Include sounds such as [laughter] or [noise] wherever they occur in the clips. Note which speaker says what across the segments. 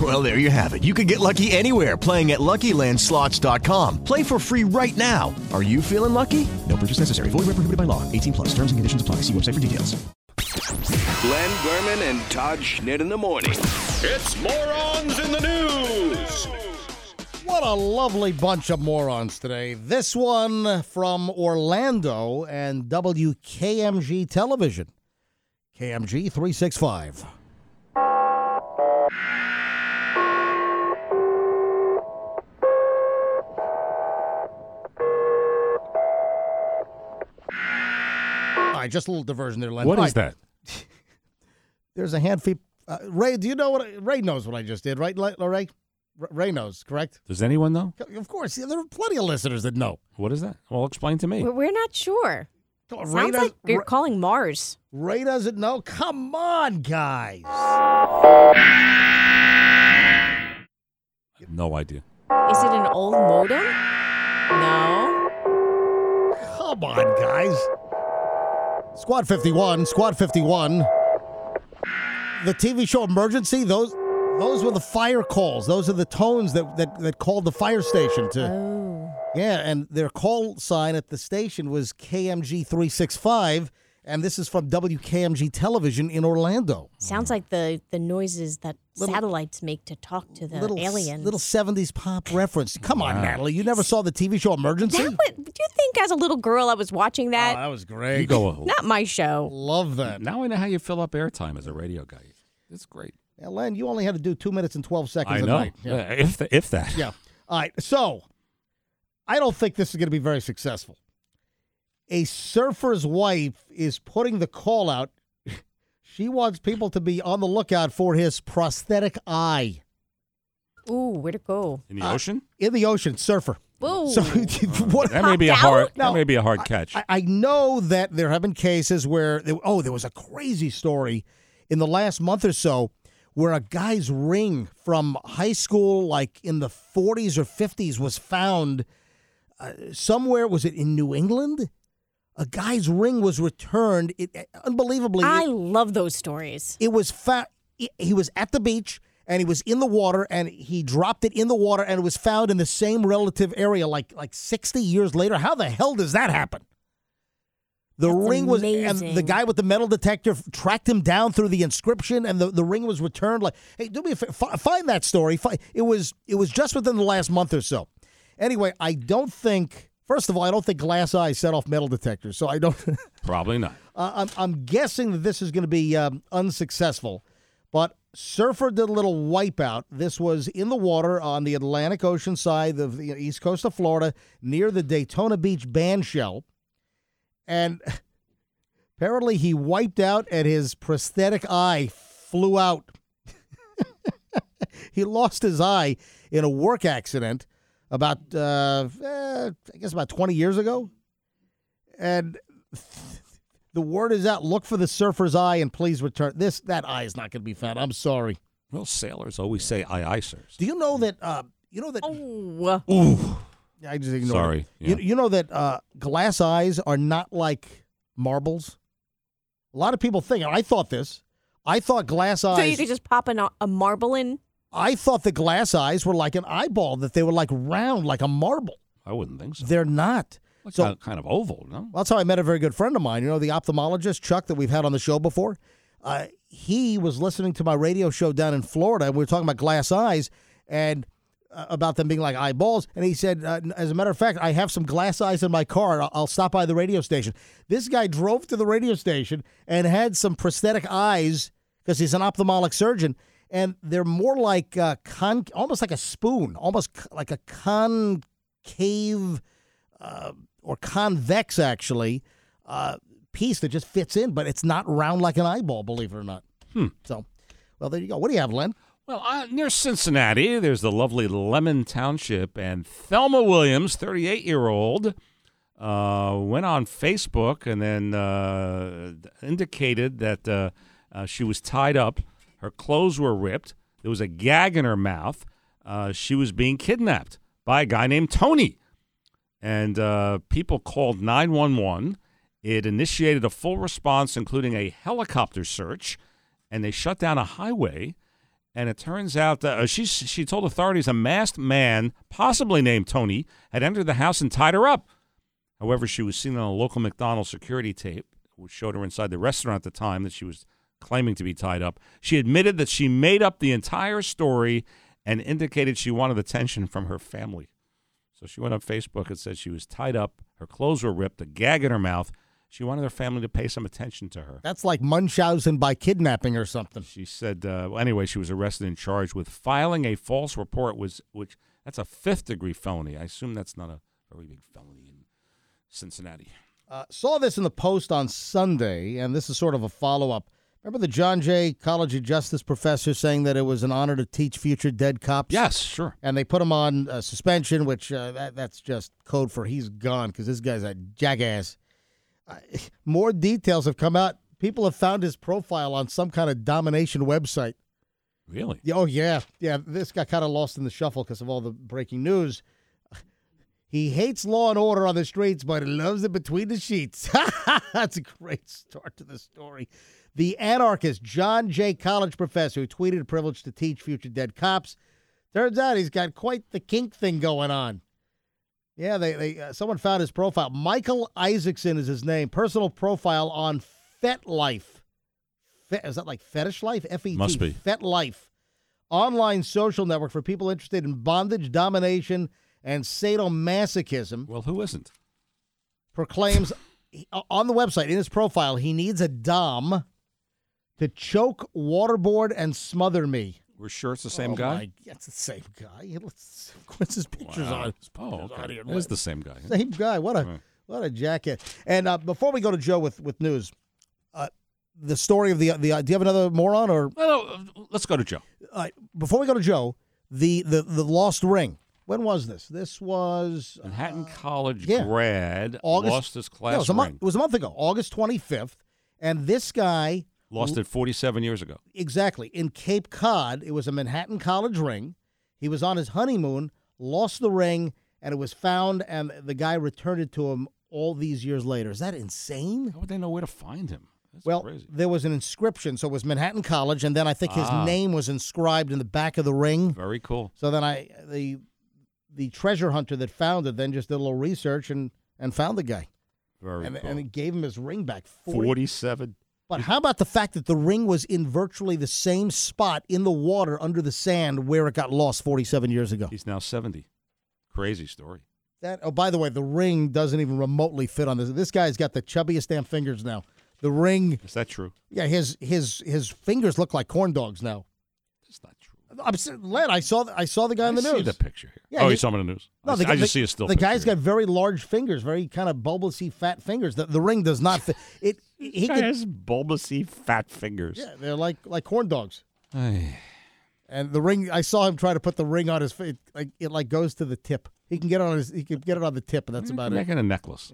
Speaker 1: Well, there you have it. You can get lucky anywhere playing at LuckyLandSlots.com. Play for free right now. Are you feeling lucky? No purchase necessary. Void where prohibited by law. 18 plus. Terms and conditions apply. See website for details.
Speaker 2: Glenn Berman and Todd Schnitt in the morning.
Speaker 3: It's Morons in the News.
Speaker 4: What a lovely bunch of morons today. This one from Orlando and WKMG Television. KMG 365. All right, just a little diversion there, Len.
Speaker 5: What
Speaker 4: All
Speaker 5: is
Speaker 4: right,
Speaker 5: that?
Speaker 4: There's a hand feet. Uh, Ray, do you know what? I- Ray knows what I just did, right, Le- Ray? R- Ray knows, correct?
Speaker 5: Does anyone know?
Speaker 4: Of course, yeah, there are plenty of listeners that know.
Speaker 5: What is that? Well, explain to me.
Speaker 6: We're we're not sure.
Speaker 4: Ray,
Speaker 6: Sounds
Speaker 4: does,
Speaker 6: like you're calling Mars.
Speaker 4: Ray doesn't know. Come on, guys.
Speaker 5: No idea.
Speaker 6: Is it an old modem? No.
Speaker 4: Come on, guys. Squad 51, Squad 51. The TV show Emergency, those those were the fire calls. Those are the tones that that, that called the fire station to
Speaker 6: Oh.
Speaker 4: Yeah, and their call sign at the station was KMG 365 and this is from WKMG Television in Orlando.
Speaker 6: Sounds like the, the noises that
Speaker 4: Little-
Speaker 6: satellites make to talk to the
Speaker 4: little s-
Speaker 6: aliens.
Speaker 4: little 70s pop reference. Come on, Natalie, you never saw the TV show Emergency?
Speaker 6: that what, do you think as a little girl I was watching
Speaker 4: Oh,
Speaker 6: that?
Speaker 4: that was great. [laughs]
Speaker 5: You go.
Speaker 6: not my show.
Speaker 4: Love that.
Speaker 5: Now I know how you fill up airtime as a radio guy. It's great.
Speaker 4: Yeah, Len, you only had to do two minutes and 12 seconds
Speaker 5: I
Speaker 4: a
Speaker 5: know.
Speaker 4: night. Yeah.
Speaker 5: Uh, If th- if that.
Speaker 4: yeah. All right. So I don't think this is going to be very successful. A surfer's wife is putting the call out. [laughs] She wants people to be on the lookout for his prosthetic eye
Speaker 6: Ooh, where'd it go?
Speaker 5: In the
Speaker 4: Uh,
Speaker 5: ocean.
Speaker 4: in the ocean. Surfer.
Speaker 6: Whoa.
Speaker 4: So [laughs] what?
Speaker 5: That may be a
Speaker 6: Popped
Speaker 5: hard.
Speaker 6: out?
Speaker 4: No.
Speaker 5: That may be a hard catch.
Speaker 4: I, I know that there have been cases where, there, oh, there was a crazy story in the last month or so where a guy's ring from high school, like in the 40s or 50s, was found uh, somewhere. Was it in New England? A guy's ring was returned. It, uh, unbelievably,
Speaker 6: I
Speaker 4: it-
Speaker 6: love those stories.
Speaker 4: it was found. He was at the beach and he was in the water and he dropped it in the water and it was found in the same relative area like like 60 years later. How the hell does that happen? The
Speaker 6: That's
Speaker 4: ring was and the
Speaker 6: amazing.
Speaker 4: guy with the metal detector f- tracked him down through the inscription and the, the ring was returned like hey do me a fa- fi- find that story Fi- it was it was just within the last month or so. Anyway, I don't think first of all I don't think glass eyes set off metal detectors so I don't [laughs]
Speaker 5: Probably not.
Speaker 4: uh, I'm, I'm guessing that this is going to be um, unsuccessful, but Surfer did a little wipeout. This was in the water on the Atlantic Ocean side of the east coast of Florida near the Daytona Beach band shell. And [laughs] apparently he wiped out and his prosthetic eye flew out. [laughs] he lost his eye in a work accident about, uh, eh, I guess, about 20 years ago. And the word is out. Look for the surfer's eye and please return. This that eye is not going to be found. I'm sorry.
Speaker 5: Well, sailors always say "aye aye, sirs."
Speaker 4: Do you know that? Uh, you know that.
Speaker 6: Oh.
Speaker 4: I just ignored.
Speaker 5: Sorry.
Speaker 4: it.
Speaker 5: Yeah.
Speaker 4: You, you know that uh, glass eyes are not like marbles. A lot of people think, and I thought this. I thought glass eyes.
Speaker 6: So you could just pop an, a marble in?
Speaker 4: I thought the glass eyes were like an eyeball. That they were like round, like a marble.
Speaker 5: I wouldn't think so.
Speaker 4: They're not.
Speaker 5: Like
Speaker 4: so
Speaker 5: a kind of oval, no?
Speaker 4: Well, that's how I met a very good friend of mine. You know, the ophthalmologist Chuck that we've had on the show before. Uh, he was listening to my radio show down in Florida, and we were talking about glass eyes and uh, about them being like eyeballs. And he said, uh, as a matter of fact, I have some glass eyes in my car. and I'll, I'll stop by the radio station. This guy drove to the radio station and had some prosthetic eyes because he's an ophthalmolic surgeon. And they're more like uh, con, almost like a spoon, almost c- like a concave or convex actually uh, piece that just fits in, but it's not round like an eyeball, believe it or not. So, well, there you go. What do you have, Len?
Speaker 5: Well, uh, near Cincinnati, there's the lovely Lemon Township, and Thelma Williams, 38 year old, uh, went on Facebook and then uh, indicated that uh, uh, she was tied up, her clothes were ripped, there was a gag in her mouth. Uh, she was being kidnapped by a guy named Tony. And uh, people called 911. It initiated a full response, including a helicopter search, and they shut down a highway. And it turns out that uh, she she told authorities a masked man, possibly named Tony, had entered the house and tied her up. However, she was seen on a local McDonald's security tape, which showed her inside the restaurant at the time that she was claiming to be tied up. She admitted that she made up the entire story and indicated she wanted attention from her family. So she went on Facebook and said she was tied up, her clothes were ripped, a gag in her mouth. She wanted her family to pay some attention to her.
Speaker 4: That's like Munchausen by kidnapping or something.
Speaker 5: She said, uh, well, anyway, she was arrested and charged with filing a false report, was which that's a fifth degree felony. I assume that's not a very big felony in Cincinnati.
Speaker 4: Uh, saw this in the Post on Sunday, and this is sort of a follow up. Remember the John Jay College of Justice professor saying that it was an honor to teach future dead cops?
Speaker 5: Yes, sure.
Speaker 4: And they put him on uh, suspension, which uh, that, that's just code for he's gone because this guy's a jackass. Uh, [laughs] more details have come out. People have found his profile on some kind of domination website.
Speaker 5: Really?
Speaker 4: Yeah, Oh yeah, yeah. This got kind of lost in the shuffle because of all the breaking news. [laughs] He hates law and order on the streets, but he loves it between the sheets. [laughs] That's a great start to the story. The anarchist John Jay College professor who tweeted privilege to teach future dead cops. Turns out he's got quite the kink thing going on. Yeah, they, they uh, someone found his profile. Michael Isaacson is his name. Personal profile on FetLife. Fe- is that like fetish life? F E T.
Speaker 5: Must be.
Speaker 4: FetLife, online social network for people interested in bondage, domination, and sadomasochism.
Speaker 5: Well, who isn't?
Speaker 4: Proclaims he- on the website in his profile he needs a dom to choke, waterboard, and smother me.
Speaker 5: We're sure it's the same
Speaker 4: Oh,
Speaker 5: guy?
Speaker 4: my- that's the same guy. Let's, what's his pictures
Speaker 5: Wow.
Speaker 4: on?
Speaker 5: Oh, okay. It is the same guy.
Speaker 4: [laughs] Same guy. What a
Speaker 5: Right.
Speaker 4: what a jacket. And uh, before we go to Joe with with news, uh, the story of the the. uh, do you have another moron or
Speaker 5: Well, no, let's go to Joe.
Speaker 4: uh, before we go to Joe? The the the lost ring. When was this? This was uh,
Speaker 5: Manhattan College
Speaker 4: yeah.
Speaker 5: grad
Speaker 4: August.
Speaker 5: lost his
Speaker 4: no,
Speaker 5: class
Speaker 4: it, was a month,
Speaker 5: ring.
Speaker 4: it was a month ago, August twenty fifth, and this guy
Speaker 5: Lost it 47 years ago.
Speaker 4: exactly in Cape Cod. It was a Manhattan College ring. He was on his honeymoon, lost the ring, and it was found, and the guy returned it to him all these years later. Is that insane?
Speaker 5: How would they know where to find him? That's
Speaker 4: Well,
Speaker 5: crazy. Ah.
Speaker 4: there was an inscription. So it was Manhattan College, and then I think his name was inscribed in the back of the ring.
Speaker 5: Very cool.
Speaker 4: So then I the the treasure hunter that found it then just did a little research and and found the guy
Speaker 5: Very
Speaker 4: and
Speaker 5: cool.
Speaker 4: and it gave him his ring back. 40.
Speaker 5: 47.
Speaker 4: But how about the fact that the ring was in virtually the same spot in the water under the sand where it got lost 47 years ago?
Speaker 5: He's now 70. Crazy story.
Speaker 4: That oh by the way, the ring doesn't even remotely fit on this. This guy's got the chubbiest damn fingers now. The ring,
Speaker 5: Is that true?
Speaker 4: yeah, his his his fingers look like corn dogs now.
Speaker 5: That's not true.
Speaker 4: I'm s- Len, I saw th- I saw the guy in the
Speaker 5: I
Speaker 4: news.
Speaker 5: see the picture here.
Speaker 4: Yeah,
Speaker 5: oh,
Speaker 4: he-
Speaker 5: you saw him in the news. I, see-
Speaker 4: the,
Speaker 5: I just
Speaker 4: the-
Speaker 5: see a still
Speaker 4: The
Speaker 5: picture
Speaker 4: guy's
Speaker 5: here.
Speaker 4: got very large fingers, very kind of bulbousy, fat fingers. The, the ring does not fit.
Speaker 5: [laughs]
Speaker 4: It he
Speaker 5: guy
Speaker 4: could,
Speaker 5: has bulbousy fat fingers.
Speaker 4: yeah, they're like like corn dogs.
Speaker 5: Ay,
Speaker 4: And the ring, I saw him try to put the ring on his face. Like it like goes to the tip. He can get it on his. He can get it on the tip, and that's about it.
Speaker 5: making a necklace.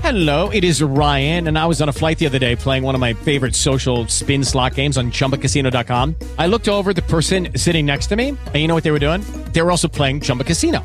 Speaker 7: Hello, it is Ryan, and I was on a flight the other day playing one of my favorite social spin slot games on chumbacasino.com. I looked over at the person sitting next to me, and you know what they were doing? They were also playing Chumba Casino.